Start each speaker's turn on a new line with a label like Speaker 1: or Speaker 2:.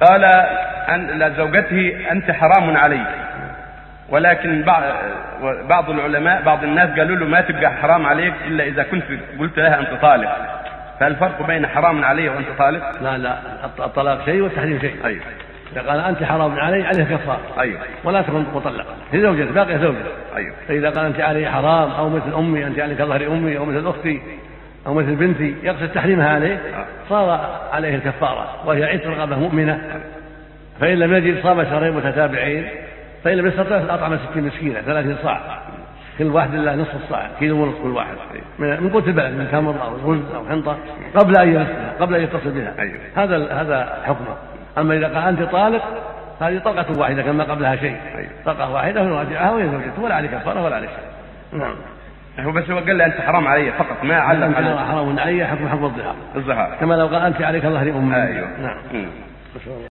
Speaker 1: قال أن لزوجته أنت حرام عليك ولكن بعض بعض العلماء بعض الناس قالوا له ما تبقى حرام عليك إلا إذا كنت قلت لها أنت طالق فهل الفرق بين حرام عليه وأنت طالق؟
Speaker 2: لا لا الطلاق شيء والتحريم شيء
Speaker 1: أيوه
Speaker 2: إذا قال أنت حرام علي عليه كفارة
Speaker 1: أيوه
Speaker 2: ولا تكون مطلقة هي زوجته باقية زوجته
Speaker 1: أيوه
Speaker 2: فإذا قال أنت علي حرام أو مثل أمي أنت علي كظهر أمي أو مثل أختي أو مثل بنتي يقصد تحريمها عليه صار عليه الكفارة وهي عتق رقبة مؤمنة فإن لم يجد صام شهرين متتابعين فإن لم يستطع أطعم ستين مسكينة ثلاثين صاع كل واحد إلا نصف الصاع كيلو ونصف كل واحد من من قوت البلد من تمر أو رز أو حنطة قبل أن يمسها قبل أن يتصل بها
Speaker 1: أيوه.
Speaker 2: هذا هذا حكمه أما إذا قال أنت طالق هذه طلقة واحدة كما قبلها شيء
Speaker 1: أيوه.
Speaker 2: طلقة واحدة ويراجعها وهي زوجته ولا عليه كفارة ولا عليه شيء نعم
Speaker 1: هو بس هو قال له أنت حرام علي فقط ما علق
Speaker 2: علم
Speaker 1: على
Speaker 2: حرام علي حكم حكم الظهار
Speaker 1: الزهار
Speaker 2: كما لو قال أنت عليك ظهر أمي
Speaker 1: أيوه
Speaker 2: نعم
Speaker 1: مم.
Speaker 2: نسأل الله